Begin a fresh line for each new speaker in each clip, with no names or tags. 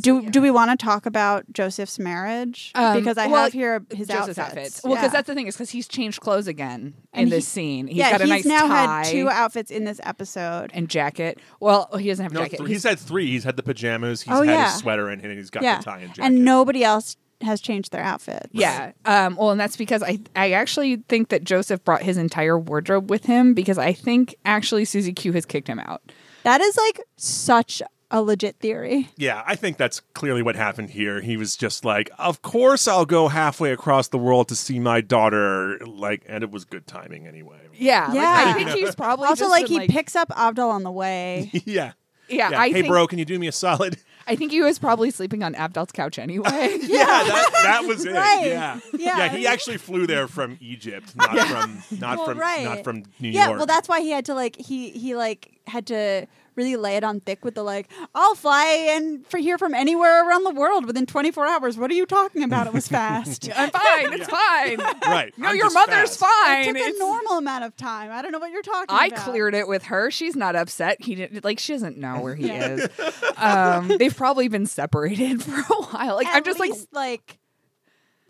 do do we want to talk about Joseph's marriage?
Um,
because I
well,
have here his outfits.
Joseph's outfits. Well, because
Yeah.
that's the thing is because he's changed clothes again in
And
this
he-
scene. He's
yeah,
got a
he's
nice
now
tie
had two outfits in this episode.
and jacket. Well, oh, he doesn't have a
No,
jacket.
th- he's had three. He's had the pajamas. He's
Oh,
had
yeah.
his sweater, and, and he's got
yeah,
the tie and jacket.
and nobody else has changed their outfit.
Yeah. Um, well, and that's because I I actually think that Joseph brought his entire wardrobe with him because I think actually Susie Q has kicked him out.
that is like such a legit theory.
Yeah, I think that's clearly what happened here. He was just like, "Of course, I'll go halfway across the world to see my daughter." Like, and it was good timing anyway.
Yeah. like, I
Yeah.
think he's probably
Also,
just
like
been,
he picks up Abdul on the way.
yeah.
Yeah, I
hey,
think-
bro, can you do me a solid?
I think he was probably sleeping on Abdal's couch anyway.
Yeah, that, that was it.
Right.
Yeah.
Yeah.
He actually flew there from Egypt, not from not
Well,
from
right.
not from New
yeah,
York.
well, that's why he had to like he he like had to really lay it on thick with the like I'll fly and for here from anywhere around the world within 24 hours. What are you talking about? It was fast.
I'm fine. It's fine.
right.
No,
I'm
your
just
mother's
fast.
It
fine.
took
It's-
a normal amount of time. I don't know what you're talking
I
about.
cleared it with her. She's not upset. He didn't like she doesn't know where he is. Um, they've probably been separated for a while. Like
At
I'm just like
least, like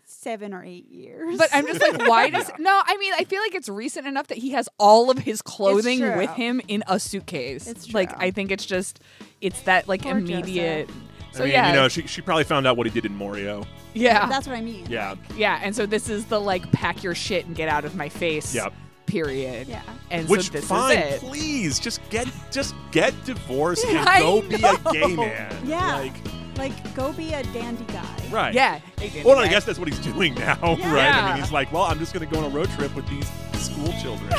seven or eight years.
but I'm just like, why does no? I mean, I feel like it's recent enough that he has all of his clothing
true.
with him in a suitcase.
It's
Like,
true.
I think it's just, it's that like
Poor
immediate. So
I mean,
yeah,
you know, she she probably found out what he did in Morio.
yeah,
that's what I mean.
Yeah.
yeah. And so this is the like, pack your shit and get out of my face.
Yep.
Period.
Yeah.
And
Which
so this
fine,
is it.
please just get just get divorced and
I
go be a gay
know.
man.
Yeah.
Like
Like go be a dandy guy.
right.
Yeah.
Well, no, I guess that's what he's doing now,
Yeah.
right? I
Yeah.
mean, he's like, well, I'm just going to go on a road trip with these school children.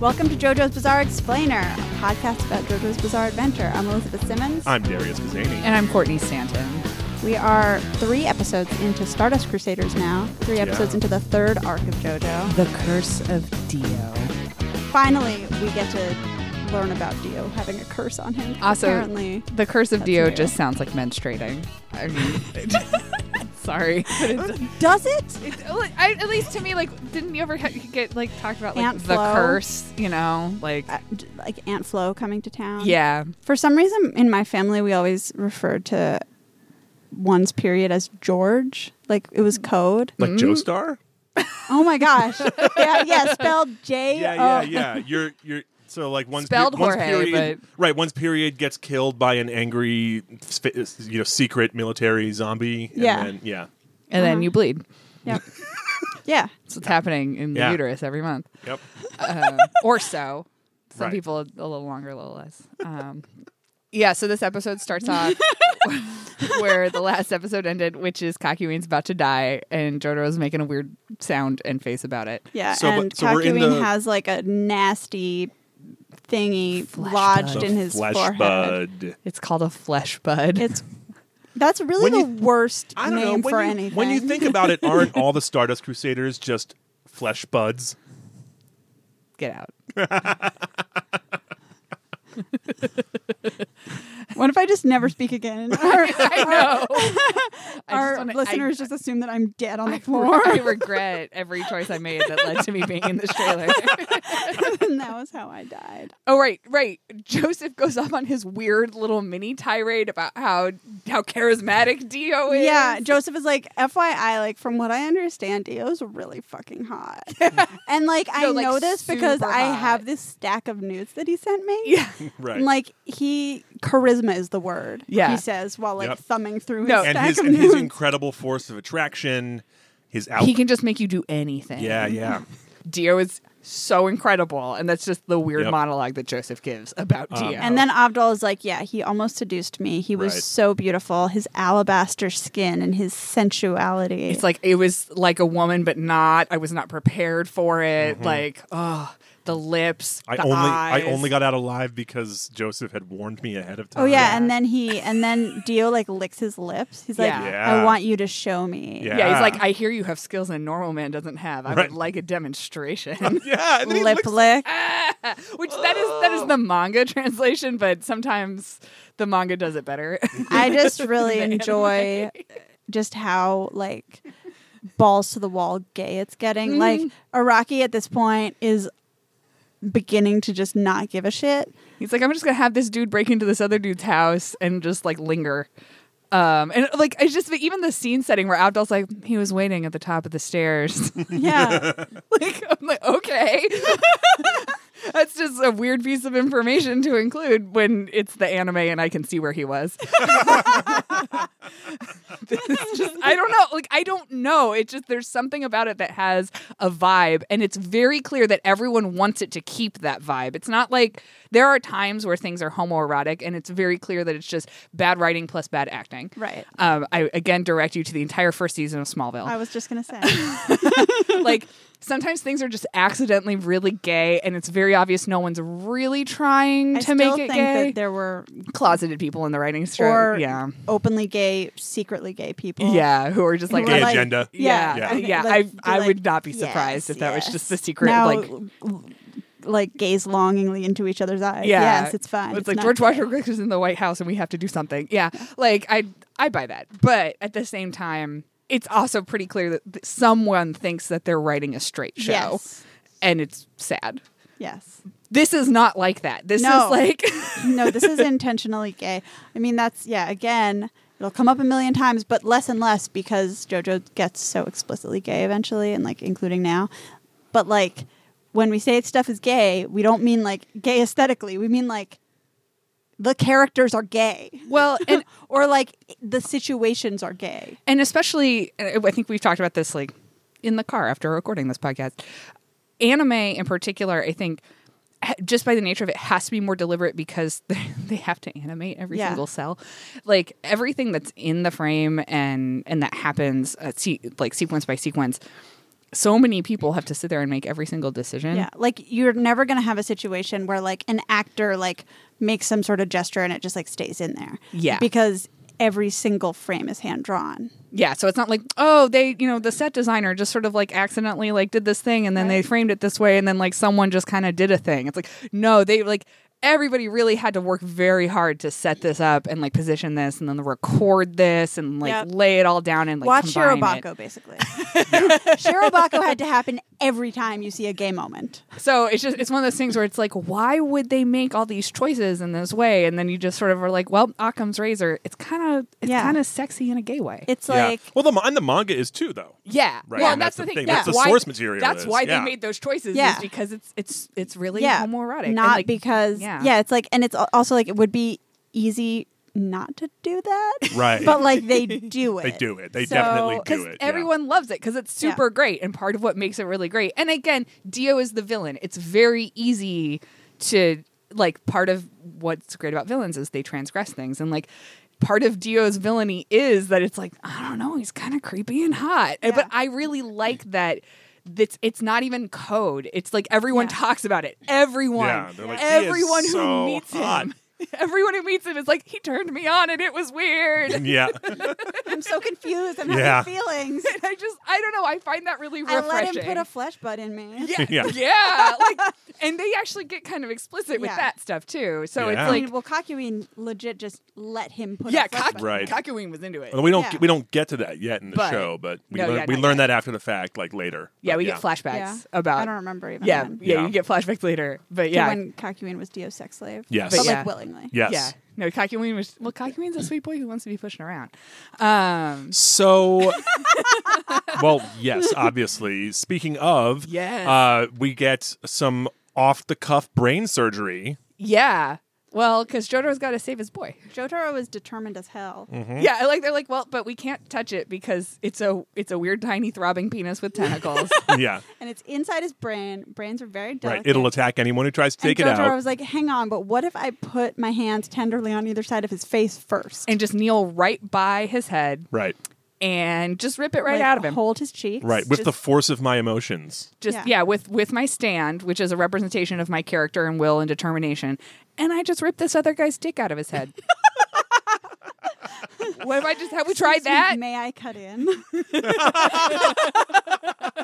Welcome to JoJo's Bizarre Explainer, a podcast about JoJo's Bizarre Adventure. I'm Elizabeth Simmons.
I'm Darius Kazani.
And I'm Courtney Stanton.
We are three episodes into Stardust Crusaders now, three episodes
Yeah.
into the third arc of JoJo.
The curse of Dio.
Finally, we get to learn about Dio having a curse on him. 'cause
Also,
apparently,
The curse of
That's
Dio
new.
just sounds like menstruating. I mean, sorry. But it
does it?
It's, well, I, at least to me, like, didn't you ever ha- get like talked about like
Aunt
the
Flo?
curse? You know, like,
Uh, d- like Aunt Flo coming to town.
yeah,
For some reason, in my family, we always referred to one's period as George. Like it was code.
Like
Mm-hmm.
Joestar?
Oh my gosh. yeah, yeah, spelled J.
Yeah,
O-
yeah, yeah. You're you're so like one's pe-
Oh. Spelled
one's
Jorge,
period, right? One's period gets killed by an angry, sp- you know, secret military zombie. And
Yeah.
then, yeah,
and then you bleed.
Yep. uh-huh. yeah.
That's what's happening in the
Yeah.
uterus every month,
yep.
um, or so. Some
Right.
people a little longer, a little less. Um, yeah. So this episode starts off where the last episode ended, which is Kakuin's about to die, and Joro's making a weird sound and face about it.
Yeah,
So, but-
and
so we're in
Kakuin
the-
has like a nasty thingy lodged
bud.
in his
flesh
forehead.
bud.
It's called a flesh bud.
It's that's really
When
the
you-
worst
I don't know
name
when
for
you,
anything.
When you think about it, aren't all the Stardust Crusaders just flesh buds?
Get out.
what if I just never speak again? Our,
I know. I
our
just wanna- I-
listeners just assume that I'm dead on the floor.
I regret every choice I made that led to me being in this trailer.
and that was how I died.
oh right, right. Joseph goes off on his weird little mini tirade about how how charismatic Dio is.
Yeah, Joseph is like, FYI, like from what I understand, Dio's really fucking hot. and like I
No, like,
know this because
super
I
hot.
have this stack of nudes that he sent me.
Yeah.
Right.
And, like he charisma is the word.
Yeah.
he says while like
Yep.
thumbing through
No.
his
and
stack
his
of
and his
nudes.
incredible force of attraction, his out.
He can just make you do anything.
yeah, yeah.
Dio is so incredible, and that's just the weird
Yep. Uh-huh.
monologue that Joseph gives about Dio.
and then Abdul is like, "Yeah, he almost seduced me. He was
Right.
so beautiful. His alabaster skin and his sensuality.
it's like it was like a woman, but not. I was not prepared for it. Like, oh, the lips.
Mm-hmm. I
the
only
eyes.
I only got out alive because Joseph had warned me ahead of time.
oh yeah. And then he and then Dio like licks his lips. He's like,
Yeah.
Yeah.
"I want you to show me.
Yeah.
Yeah, he's like, I hear you have skills a normal man doesn't have. I
Right.
would like a demonstration.
yeah, and then he
Lip
licks-
lick.
Which that is that is the manga translation, but sometimes the manga does it better.
I just really enjoy just how like
Mm.
balls to the wall gay it's getting. Like Iraqi at this point is beginning to just not give a shit.
He's like, I'm just gonna have this dude break into this other dude's house and just like linger. Um, and like it's just even the scene setting where Abdul's like he was waiting at the top of the stairs.
Yeah.
like I'm like okay, that's just a weird piece of information to include when it's the anime and I can see where he was. It's just- I don't know. Like I don't know. It's just there's something about it that has a vibe, and it's very clear that everyone wants it to keep that vibe. It's not like there are times where things are homoerotic, and it's very clear that it's just bad writing plus bad acting.
Right.
Um, I again direct you to the entire first season of Smallville
I was just going to say.
like sometimes things are just accidentally really gay and it's very obvious no one's really trying
I
to
still
make it
think
gay
that there were
closeted people in the writing strip
or
yeah
openly gay, secretly gay people.
yeah who are just
who
like,
were
Gay agenda.
yeah
Yeah.
yeah,
I think,
i
like, be
i
like,
would not be
"Yes,
surprised if that was
yes."
just the secret
Now,
like
l- like gaze longingly into each other's eyes.
yeah
Yes, it's fine.
it's, like
not
george
gay.
washington Bush is in the white house and we have to do something yeah like i i buy that but at the same time it's also pretty clear that th- someone thinks that they're writing a straight show
Yes.
and it's sad
Yes.
this is not like that this
No.
is like
no, this is intentionally gay. I mean, that's yeah. Again, it'll come up a million times, but less and less because JoJo gets so explicitly gay eventually, and like including now. But like when we say stuff is gay, we don't mean like gay aesthetically. We mean like the characters are gay,
Well, and
or like the situations are gay.
and especially uh, I think we've talked about this like in the car after recording this podcast. Anime in particular, I think ha- just by the nature of it has to be more deliberate because they have to animate every
Yeah.
single cell. Like everything that's in the frame and and that happens uh, se- like sequence by sequence. So many people have to sit there and make every single decision.
Yeah, like you're never gonna have a situation where like an actor like makes some sort of gesture and it just like stays in there.
Yeah.
because every single frame is hand drawn.
Yeah, so it's not like oh they you know the set designer just sort of like accidentally like did this thing and then they
Right.
framed it this way and then like someone just kind of did a thing. It's like no, they like everybody really had to work very hard to set this up and like position this and then record this and like
Yep.
lay it all down and like
Watch
combine
Shirobako,
it.
basically. Shirobako had to happen every time you see a gay moment.
So it's just it's one of those things where it's like why would they make all these choices in this way and then you just sort of are like well Occam's razor it's kind of it's
Yeah.
kind of sexy in a gay way.
It's
Yeah.
like
well, the ma- and the manga is too, though.
Yeah,
Right,
well,
and
that's, the thing.
That's the
why-
source material
That's
is,
why
yeah.
they made those choices.
Yeah.
is because it's it's it's really
yeah,
homoerotic. and,
Not
like,
because
yeah.
yeah. it's like and it's al- also like it would be easy not to do that.
Right.
But like they do it.
They do it. They
So-
definitely do
'cause
it. yeah.
everyone loves it because it's
Yeah.
super great and part of what makes it really great. And again, Dio is the villain. It's very easy to like part of what's great about villains is they transgress things and like part of Dio's villainy is that it's like I don't know, he's kind of creepy and hot. And- But
Yeah.
I really like that it's it's not even code. It's like everyone
Yeah.
talks about it. Everyone.
Yeah, they're like, "He is
everyone who
so
meets
hot."
him. Everyone who meets him is like he turned me on and it was weird.
Yeah.
I'm so confused. I'm
Yeah.
having feelings.
And I just, I don't know. I find that really
I
refreshing.
let him put a flesh bud in me.
yeah,
Yeah.
yeah. yeah like, and they actually get kind of explicit with
Yeah.
that stuff too. So
I
Yeah.
it's
mean,
like,
well, Kakuin legit just let him put.
yeah,
a flesh
Kak-
bud.
Right.
Kakyoin was into it.
Well, we don't
Yeah.
we don't get to that yet in the
But-
show, but we
No,
learn,
yeah,
we
not
learn
yet.
that after the fact, like later.
yeah,
But
we get flashbacks
Yeah.
about.
I don't remember even.
yeah,
when.
yeah,
Yeah.
you get flashbacks later, but
To
yeah,
when Kakuin was Dio's sex slave.
Yes.
but
Yeah.
like willingly.
Yes.
yeah. No, Kakyoin was well. Kakyoin's a sweet boy who wants to be pushed around. Um,
So, well, yes, obviously. Speaking of,
Yes.
uh, we get some off the cuff brain surgery.
yeah. Well, because Jotaro's got to save his boy.
Jotaro was determined as hell.
Mm-hmm.
Yeah, I like they're like, well, but we can't touch it because it's a it's a weird tiny throbbing penis with tentacles.
yeah,
and it's inside his brain. Brains are very delicate.
right. It'll attack anyone who tries to take
and
it
Jotaro
out.
was like, "Hang on, but what if I put my hands tenderly on either side of his face first,
and just kneel right by his head
right,
and just rip it right
Like,
out of him.
hold his cheeks,
right. With
just-
the force of my emotions.
just yeah.
Yeah.
with with my stand, which is a representation of my character and will and determination, and I just ripped this other guy's dick out of his head. what if I just have we tried
Excuse me,
that?
May I cut in?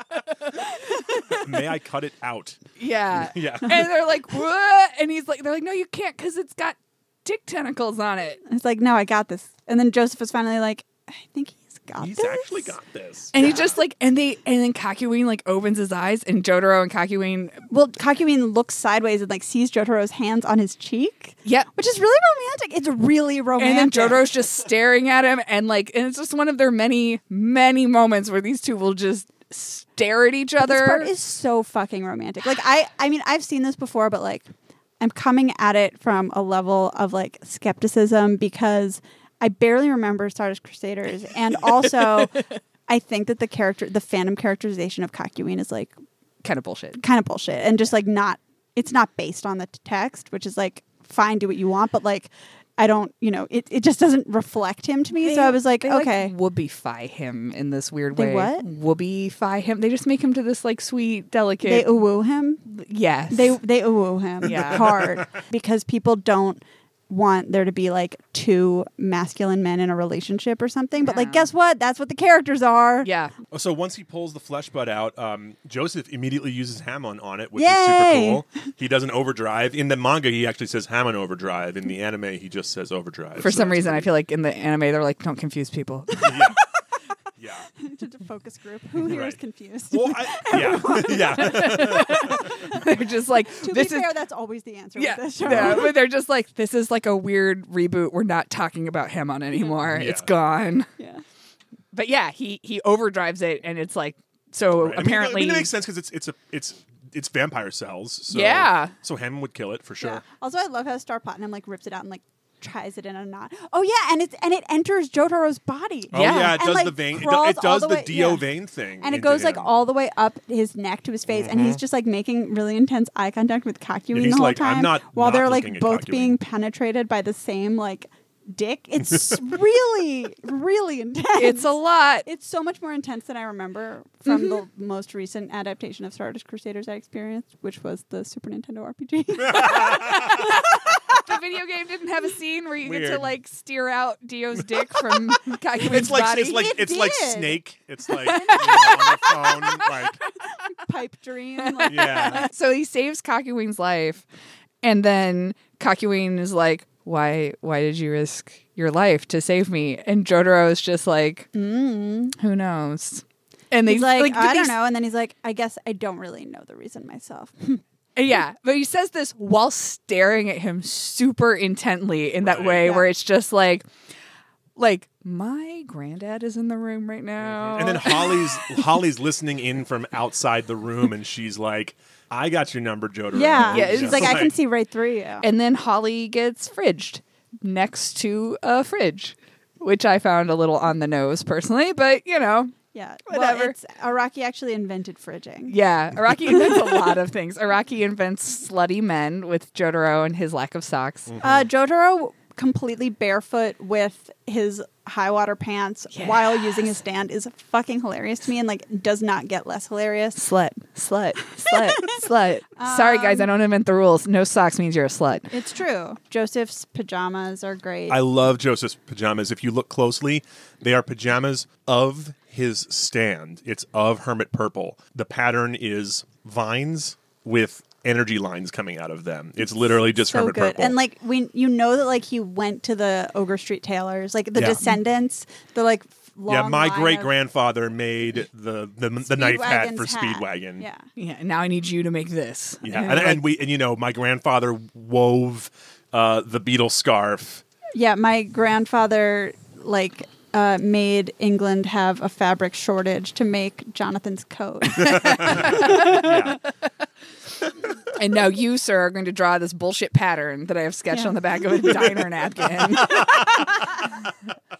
May I cut it out?
Yeah,
Yeah.
And they're like, what? And he's like, they're like, no, you can't because it's got dick tentacles on it.
And it's like, no, I got this. And then Joseph was finally like, I think he's got
He's
this?
actually got this.
And he just like and they and then Kakyoin like opens his eyes and Jotaro and Kakyoin
Well, Kakumin looks sideways and like sees Jotaro's hands on his cheek.
Yep.
Which is really romantic. It's really romantic.
and then Jotaro's just staring at him and like and it's just one of their many many moments where these two will just stare at each
This
other.
part is so fucking romantic. Like I, I mean, I've seen this before, but like, I'm coming at it from a level of like skepticism because I barely remember Stardust Crusaders, and also I think that the character, the fandom characterization of Kakyoin is like
kind of bullshit.
kind of bullshit and just like not. It's not based on the t- text, which is like fine, do what you want, but like. I don't, you know, it, it just doesn't reflect him to me. so I was like,
they,
okay.
like, woobify him in this weird
They
way.
what?
Woobify him. They just make him to this like sweet,
they
delicate.
woo him.
yes,
They they woo him
Yeah.
hard because people don't want there to be like two masculine men in a relationship or something. But like,
No.
guess what? That's what the characters are.
Yeah,
Oh, So once he pulls the flesh bud out, um, Joseph immediately uses Hamon on it, which
Yay!
is super cool. He doesn't overdrive. In the manga, he actually says Hamon overdrive. In the anime, he just says overdrive.
for
So
some
it's
reason, I
pretty-
feel like in the anime they're like, don't confuse people.
Yeah.
Just a focus group. Who here is
Right.
confused?
Well, I, yeah, yeah.
they're just like,
to
this
be
is
fair, that's always the answer.
yeah,
With this show.
yeah, but they're just like, this is like a weird reboot. We're not talking about him on
Mm-hmm.
anymore.
Yeah.
It's gone.
Yeah.
But yeah, he he overdrives it, and it's like so
Right. I mean,
apparently.
I mean, it makes sense because it's it's a it's it's vampire cells. So,
Yeah.
So Hamon would kill it for sure.
Yeah. Also, I love how Star Platinum like rips it out and like tries it in a knot. Oh yeah, and it's and it enters Jotaro's body.
Oh yeah, it
And,
does
like,
the vein. It, do-
crawls
it does
all
the,
way-
Dio
yeah.
vein thing,
and it
into
goes like
him.
all the way up his neck to his face, and
Mm-hmm.
he's just like making really intense eye contact with Kakyoin
Yeah,
the
he's
whole
like, "I'm
time,
not
while
not
they're
looking
like
at
both
Kakyoin."
being penetrated by the same like dick. It's really, really intense.
it's a Mm-hmm. lot.
It's so much more intense than I remember from the most recent adaptation of Stardust Crusaders I experienced, which was the Super Nintendo RPG.
the video game didn't have a scene where you get to
Weird.
like steer out Dio's dick from Kakyoin's
It's like
body.
it's like
It
it's like
did.
snake. It's like you know, on the phone. Like
Pipe dream. Like,
yeah.
so he saves Kakyoin's life, and then Kakyoin is like, "Why? Why did you risk your life to save me?" And Jotaro is just like, "Who knows?" And they
He's like,
Mm. like
I
they
don't know. And then he's like, I guess I don't really know the reason myself.
Uh, Yeah, but he says this while staring at him super intently in that
Right.
way
Yeah.
where it's just like like my granddad is in the room right now.
And then Holly's Holly's listening in from outside the room, and she's like, "I got your number, Jotaro."
yeah.
Yeah,
She's
it's
like, I can see right through you.
and then Holly gets fridged next to a fridge, which I found a little on the nose personally, but you know,
Yeah, Well,
Whatever.
it's, Araki actually invented fridging.
yeah, Iraqi invents a lot of things. Iraqi invents slutty men with Jotaro and his lack of socks.
Mm.
Uh, Jotaro completely barefoot with his high water pants while using his stand is fucking hilarious to me, and like does not get less hilarious.
Slut, slut, slut, slut. Sorry guys, I don't invent the rules. No socks means you're a slut.
It's true. Joseph's pajamas are great.
I love Joseph's pajamas. If you look closely, they are pajamas of his stand. It's of hermit purple. The pattern is vines with energy lines coming out of them. It's literally just
so
hermit
good,
purple.
and like we, you know that like he went to the Ogre Street Tailors, like the
Yeah.
Descendants. They're like f- long
yeah, my
line
great
of
grandfather made the the, the knife hat for
Speedwagon's
Speedwagon.
Yeah,
yeah now i need you to make this
Yeah, and, and we and you know my grandfather wove uh, the beetle scarf.
Yeah, my grandfather like uh, made England have a fabric shortage to make Jonathan's coat.
and now you sir are going to draw this bullshit pattern that i have sketched
Yeah.
on the back of a diner napkin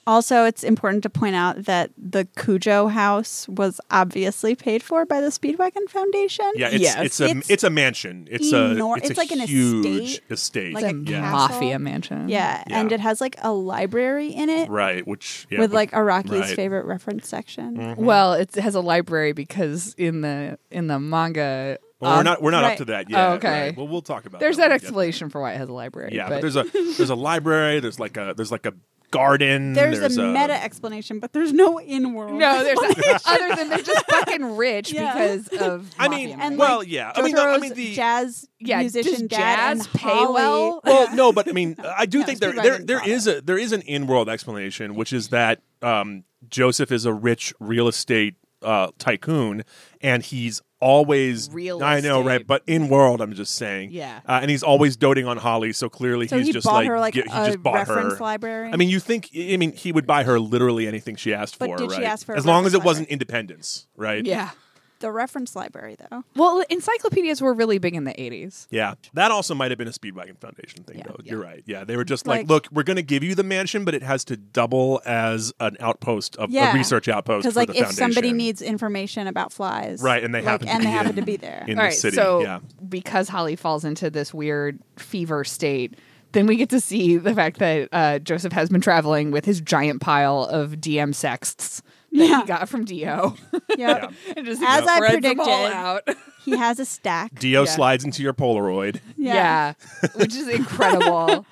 also, it's important to point out that the Cujo house was obviously paid for by the Speedwagon Foundation.
Yeah, it's
Yes.
it's a
It's
it's, a mansion. It's
enor-
a it's,
it's
a
like an
huge
estate,
estate.
like a
yeah.
castle.
mafia mansion
Yeah,
Yeah.
and it has like a library in it
Right, which yeah,
with
but-
like Araki's
right. Mm.
favorite reference section.
well it has a library because in the in the manga
Well, we're
um,
not we're not
right.
up to that yet.
Oh, okay.
right. Well, we'll talk about.
there's
that
that
when we get there.
explanation for why it has a library
Yeah, but, there's a there's a library. There's like a there's like a garden.
There's, a, meta explanation, but there's no in world.
No, there's not, other than they're just fucking rich
Yeah.
because of.
I mean,
mafia
And,
money.
well, yeah. I mean, the, I mean, the
jazz
yeah, does
musician dad
jazz
and
pay well?
Holly-
well, no, but I mean, I do
No,
think there
Steve
there
Irwin
there
thought
is a there is an in world explanation, which is that um, Joseph is a rich real estate uh, tycoon, and he's always
Real
I know,
estate.
right? But in world, I'm just saying,
Yeah.
Uh, and he's always doting on Holly, so clearly
So
he's
he
just
bought
like,
her like
get- he
a
just bought
reference
her.
library.
I mean, you think? I mean, he would buy her literally anything she asked
But
for,
did she
right?
ask for a
as long as it
reference
wasn't independence, right?
yeah.
the reference library though.
Well, encyclopedias were really big in the 80s.
Yeah, that also might have been a Speedwagon Foundation thing,
Yeah.
though.
Yeah.
You're right. Yeah, they were just like,
Like-
look, we're going to give you the mansion, but it has to double as an outpost of
Yeah.
a research outpost
Because
for
like
the
if
foundation.
somebody needs information about flies,
Right, and they
like,
happen to
and
be
they happen
in-
to be there.
in
All
the
right,
city,
So
yeah,
because Holly falls into this weird fever state, then we get to see the fact that uh, Joseph has been traveling with his giant pile of DM sexts that
Yeah.
he got from Dio.
Yep.
and just
As I
spreads them all
predicted.
out.
he has a stack.
Dio
Yeah.
slides into your Polaroid.
Yeah. which is incredible.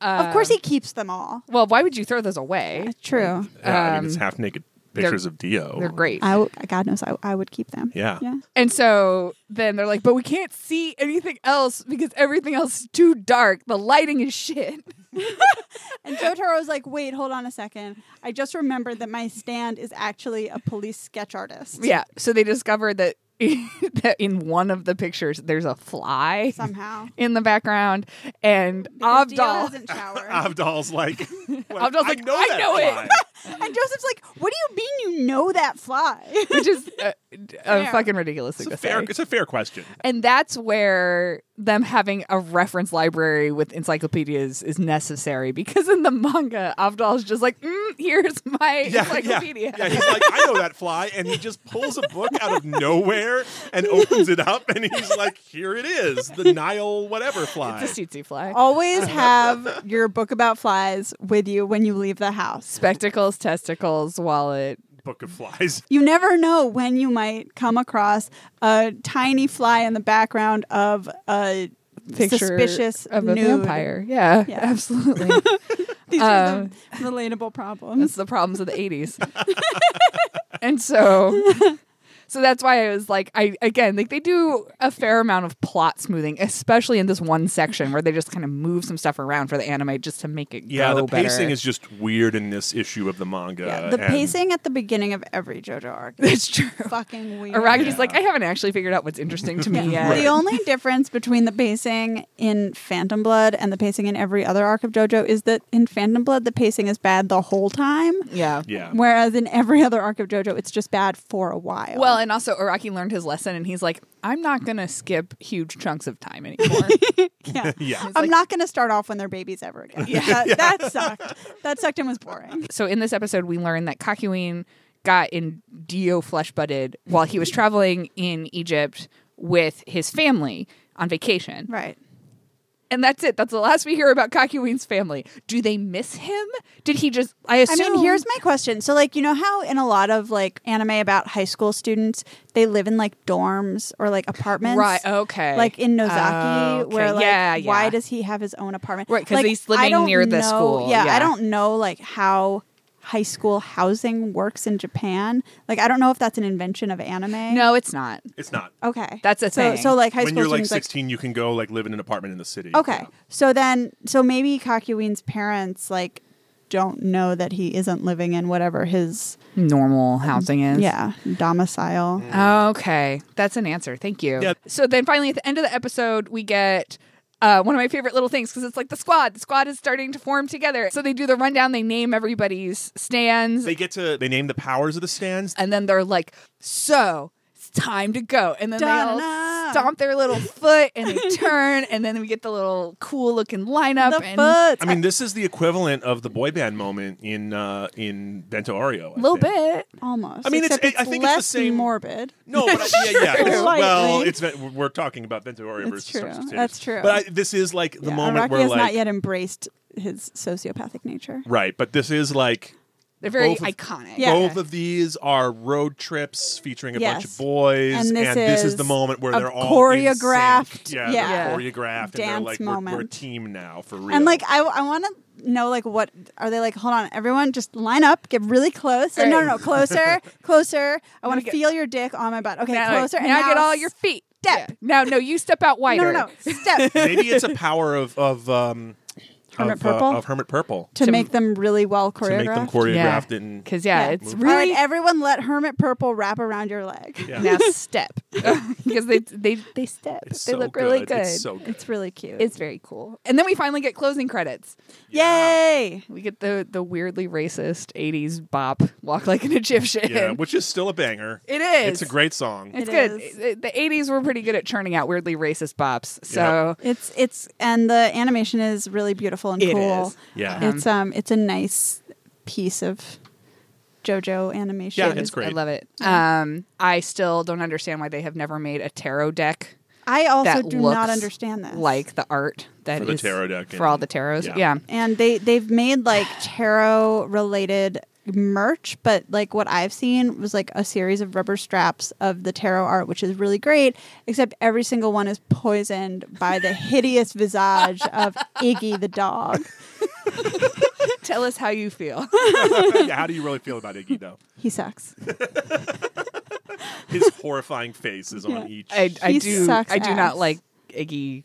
of course
um,
he keeps them all.
Well, why would you throw those away?
True.
Yeah, I mean, it's half naked pictures of Dio.
Um, They're great.
I w- God knows I, I would keep them.
Yeah.
Yeah.
And so then they're like, but we can't see anything else because everything else is too dark. The lighting is shit.
And Jotaro's like, wait, hold on a second. I just remembered that my stand is actually a police sketch artist.
Yeah. So they discovered that that in one of the pictures there's a fly
Somehow.
in the background, and
Because Dio
Abdal.
hasn't showered.
Avdol's like, well,
Avdol's like, "I
that
know it."
guy.
and Joseph's like, what do you mean you know that fly?
Which is a, a
Fair.
fucking ridiculous thing
It's a
to
fair.
say.
It's a fair question.
And that's where them having a reference library with encyclopedias is necessary because in the manga, Avdal's just like, mm, here's my
Yeah, yeah,
encyclopedia.
yeah. He's like, I know that fly, and he just pulls a book out of nowhere and opens it up, and he's like, "Here it is, the Nile whatever fly."
It's a tsetse fly.
Always have your book about flies with you when you leave the house.
Spectacles, testicles, wallet.
book of flies.
You never know when you might come across a tiny fly in the background of a
Picture
suspicious
of a
nude.
vampire. Yeah,
Yeah.
absolutely.
These are the
Uh,
relatable
That's
problems.
the problems of the 80s. and so so that's why I was like I again like they do a fair amount of plot smoothing especially in this one section where they just kind of move some stuff around for the anime just to make it
Yeah,
go
the
better.
pacing is just weird in this issue of the manga.
Yeah, the
Uh, and-
pacing at the beginning of every JoJo arc is
That's true.
fucking weird.
Araki's
Yeah.
like I haven't actually figured out what's interesting to me
Yeah.
yet.
The only difference between the pacing in Phantom Blood and the pacing in every other arc of JoJo is that in Phantom Blood the pacing is bad the whole time,
yeah.
Yeah.
whereas in every other arc of JoJo it's just bad for a while.
Well, and also Araki learned his lesson and he's like I'm not going to skip huge chunks of time anymore.
yeah.
yeah.
I'm
like-
not going to start off when they're babies ever again. Yeah, that, that sucked. That sucked and was boring.
so in this episode we learn that Kakyoin got in Dio flesh butted while he was traveling in Egypt with his family on vacation.
Right.
And that's it. That's the last we hear about Kakyoin's family. Do they miss him? Did he just I
I
assume
mean, here's my question. So, like, you know how in a lot of like anime about high school students, they live in like dorms or like apartments,
Right, Oh, okay. Oh,
Like in Nozaki,
Okay,
where like,
yeah, yeah.
why does he have his own apartment?
Right, 'cause
Like,
he's
I
living
don't
near the
know-
school,
Yeah,
yeah.
I don't know like how high school housing works in Japan. Like, I don't know if that's an invention of anime.
No, it's not.
It's not.
okay,
That's a
so,
thing.
So, uh, like, high
when
school
you're like
students,
16, you can go like live in an apartment in the city.
Okay.
Yeah.
So then, so maybe Kakuin's parents like don't know that he isn't living in whatever his
Normal housing is.
yeah domicile.
Okay. That's an answer. Thank you.
Yep.
So then finally at the end of the episode we get uh, one of my favorite little things because it's like the squad. The squad is starting to form together. So they do the rundown. They name everybody's stands.
They get to they name the powers of the stands.
and then they're like, "So it's time to go," and then they all
Donna.
stomp their little foot and they turn, and then we get the little cool looking lineup.
The
and
foot.
I mean, this is the equivalent of the boy band moment in uh in Bento Oreo. I
little
think.
bit.
almost.
I mean, it's-
Except it's,
I think it's the
less
same-
morbid.
No, but I, yeah, yeah. it's- well,
Slightly.
it's we're talking about Bento Oreo
That's
versus
true.
Substitute.
That's true.
But I, this is like the
Yeah.
moment
Araki
where
has
like
not yet embraced his sociopathic nature.
right, but this is like
They're very
Both of-
iconic.
Yeah.
Both of these are road trips featuring a
Yes.
bunch of boys,
And this is
the moment where
a
they're all
choreographed-
in sync. Yeah,
yeah.
they're choreographed, and they're
Dance
like, we're, we're a
moment.
team now for real.
And like I, I want to know like what are they like? Hold on, everyone, just line up, get really close. No, no, no, closer, closer. I want
get-
to feel your dick on my butt. Okay,
Now,
closer. and
now
now
get all
s-
your feet.
step.
Yeah. Now, no, you step out
No,
wider.
no, no, step to,
Maybe it's a power of of um,
Hermit
of, uh,
Purple?
of Hermit Purple
To-
make them really well choreographed.
to make them
Yeah.
choreographed and
Because yeah,
Yeah.
it's
All right,
really
everyone, let Hermit Purple wrap around your leg.
yeah.
now step because they they they step.
It's
they
so
look really good.
It's so good.
It's really cute.
It's very cool. And then we finally get closing credits.
Yay!
We get the the weirdly racist '80s bop "Walk Like an Egyptian."
yeah, which is still a banger.
it is.
It's a great song.
It's
It
good.
is.
It- The '80s were pretty good at churning out weirdly racist bops. So
It's it's and the animation is really beautiful and
It
cool.
is.
Yeah.
It's um it's a nice piece of JoJo animation.
Yeah, it's great.
I love it. Um, I still don't understand why they have never made a tarot deck
I also
that
do
looks
not understand this.
like the art that
For the
is
tarot deck
for all
and-
the tarots. Yeah.
yeah.
and they they've made like tarot related merch but like what i've seen was like a series of rubber straps of the tarot art which is really great except every single one is poisoned by the hideous visage of iggy the dog
Tell us how you feel.
Yeah, How do you really feel about Iggy though?
he sucks
His horrifying face is
Yeah.
on each.
I, I
He
do.
sucks
I do
ass.
not like Iggy.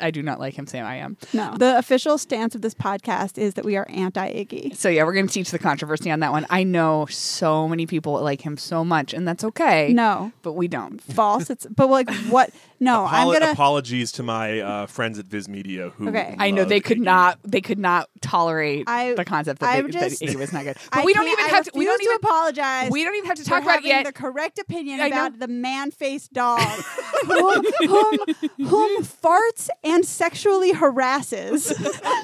I do not like him saying I am.
no the official stance of this podcast is that we are anti-iggy
So yeah, we're gonna teach the controversy on that one. I know so many people like him so much, and that's okay.
no
but we don't.
false it's but like what no Oh, i'm
Apolo-
gonna
apologies to my uh, friends at Viz Media who.
Okay.
I know
love
they could
Iggy.
not. They could not tolerate
I-
the concept that,
I'm
they, that
just-
Iggy was not good. But
I
we don't
can't-
even
I
have to. We don't
refuse
even.
apologize
We don't even have to
for
talk about
having
yet.
the correct opinion
I know.
about the man-faced dog whom, whom, whom farts and sexually harasses.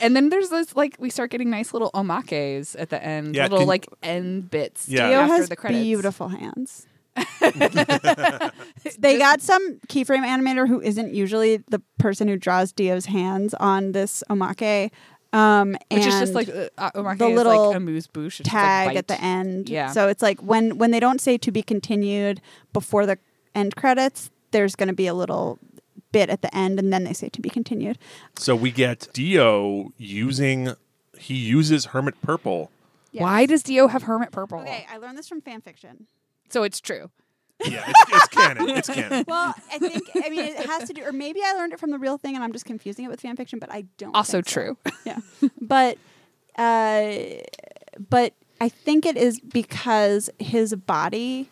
and then there's this like we start getting nice little omakes at the end,
Yeah,
little
can-
like end bits.
Yeah.
Theo
after
has
the credits.
beautiful hands. they got some keyframe animator who isn't usually the person who draws Dio's hands on this omake. Um,
which is just
and-
like uh, uh, omake
the
is
little
like amuse bouche it's just
tag
like
at the
bite.
end.
Yeah.
So it's like when when they don't say to be continued before the end credits, there's going to be a little bit at the end, and then they say to be continued.
So we get Dio using. He uses Hermit Purple.
Why does Dio have hermit purple?
Okay, I learned this from fan fiction.
So it's true.
Yeah, it's, it's canon. It's canon.
Well, I think I mean it has to do, or maybe I learned it from the real thing, and I'm just confusing it with fan fiction. But I don't.
Also
think so.
true.
yeah but uh but i think it is because his body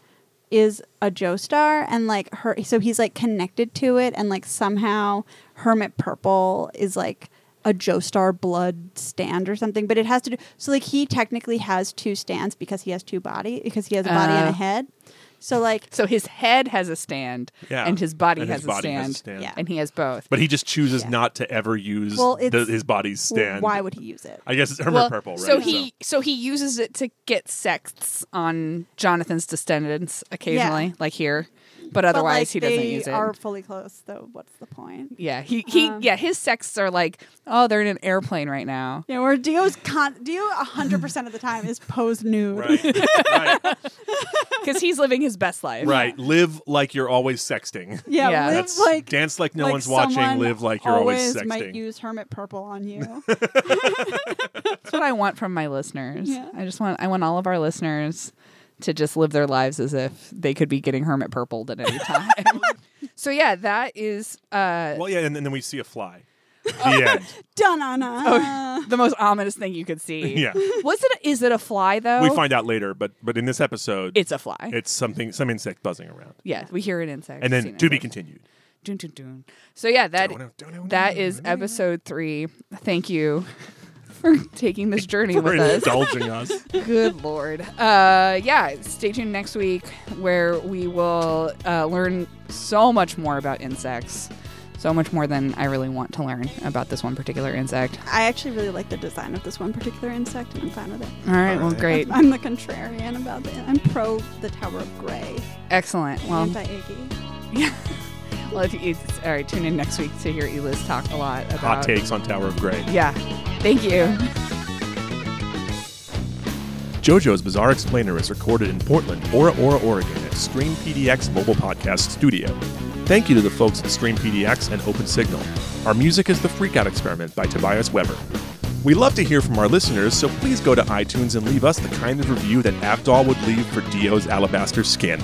is a joestar and like her so he's like connected to it and like somehow hermit purple is like a joestar blood stand or something but it has to do so like he technically has two stands because he has two body because he has a body and
Uh.
a head so like
So his head has a stand,
Yeah.
and his body,
And
has,
his body
a stand,
has a stand.
Yeah.
and he has both.
But he just chooses
Yeah.
not to ever use
Well,
the,
it's-
his body's stand.
why would he use it
I guess it's Hermit
Well,
Purple, right?
So he so. he uses it to get sexts on Jonathan's descendants occasionally,
Yeah.
like here. But
like,
otherwise, he doesn't
they
use it.
are uh, fully close though what's the point
yeah, he he yeah. His sexts are like, oh, they're in an airplane right now.
Yeah, where Dio's con Dio hundred percent of the time is posed nude.
Right. right.
because he's living his best life.
Right. Live like you're always sexting.
Yeah,
Yeah.
live
That's
like
dance like no
like
one's watching.
someone
Live like you're always,
always Might
sexting.
use hermit purple on you.
That's what I want from my listeners.
Yeah.
I just want I want all of our listeners to just live their lives as if they could be getting hermit purpled at any time. so yeah, that is uh,
well, yeah, and, and then we see a fly. The end.
Dun
Oh,
on
the most ominous thing you could see.
Yeah.
Was it is it a fly though?
Oh.
We find out later, but but in this episode,
it's a fly.
it's something some insect buzzing around,
yeah, we hear an insect.
and
see an
then to be
insect.
continued.
Dun, dun, dun. So yeah, that that is episode three. Thank you for taking this journey
We're
with us.
indulging us.
Good lord. Uh, yeah, stay tuned next week where we will uh, learn so much more about insects. So much more than I really want to learn about this one particular insect.
I actually really like the design of this one particular insect, and I'm fine with it.
All right, well,
right.
great.
I'm the contrarian about it. I'm pro the Tower of Gray,
Excellent. Well,
anti Iggy.
well if you, it's, all right, tune in next week to hear Elis talk a lot about.
Hot takes on Tower of Grey.
Yeah. Thank you.
JoJo's Bizarre Explainer is recorded in Portland, Ora Ora, Oregon at Stream PDX Mobile Podcast Studio. Thank you to the folks at Stream PDX and OpenSignal. Our music is The Freakout Experiment by Tobias Weber. We love to hear from our listeners, so please go to iTunes and leave us the kind of review that Avdol would leave for Dio's alabaster skin.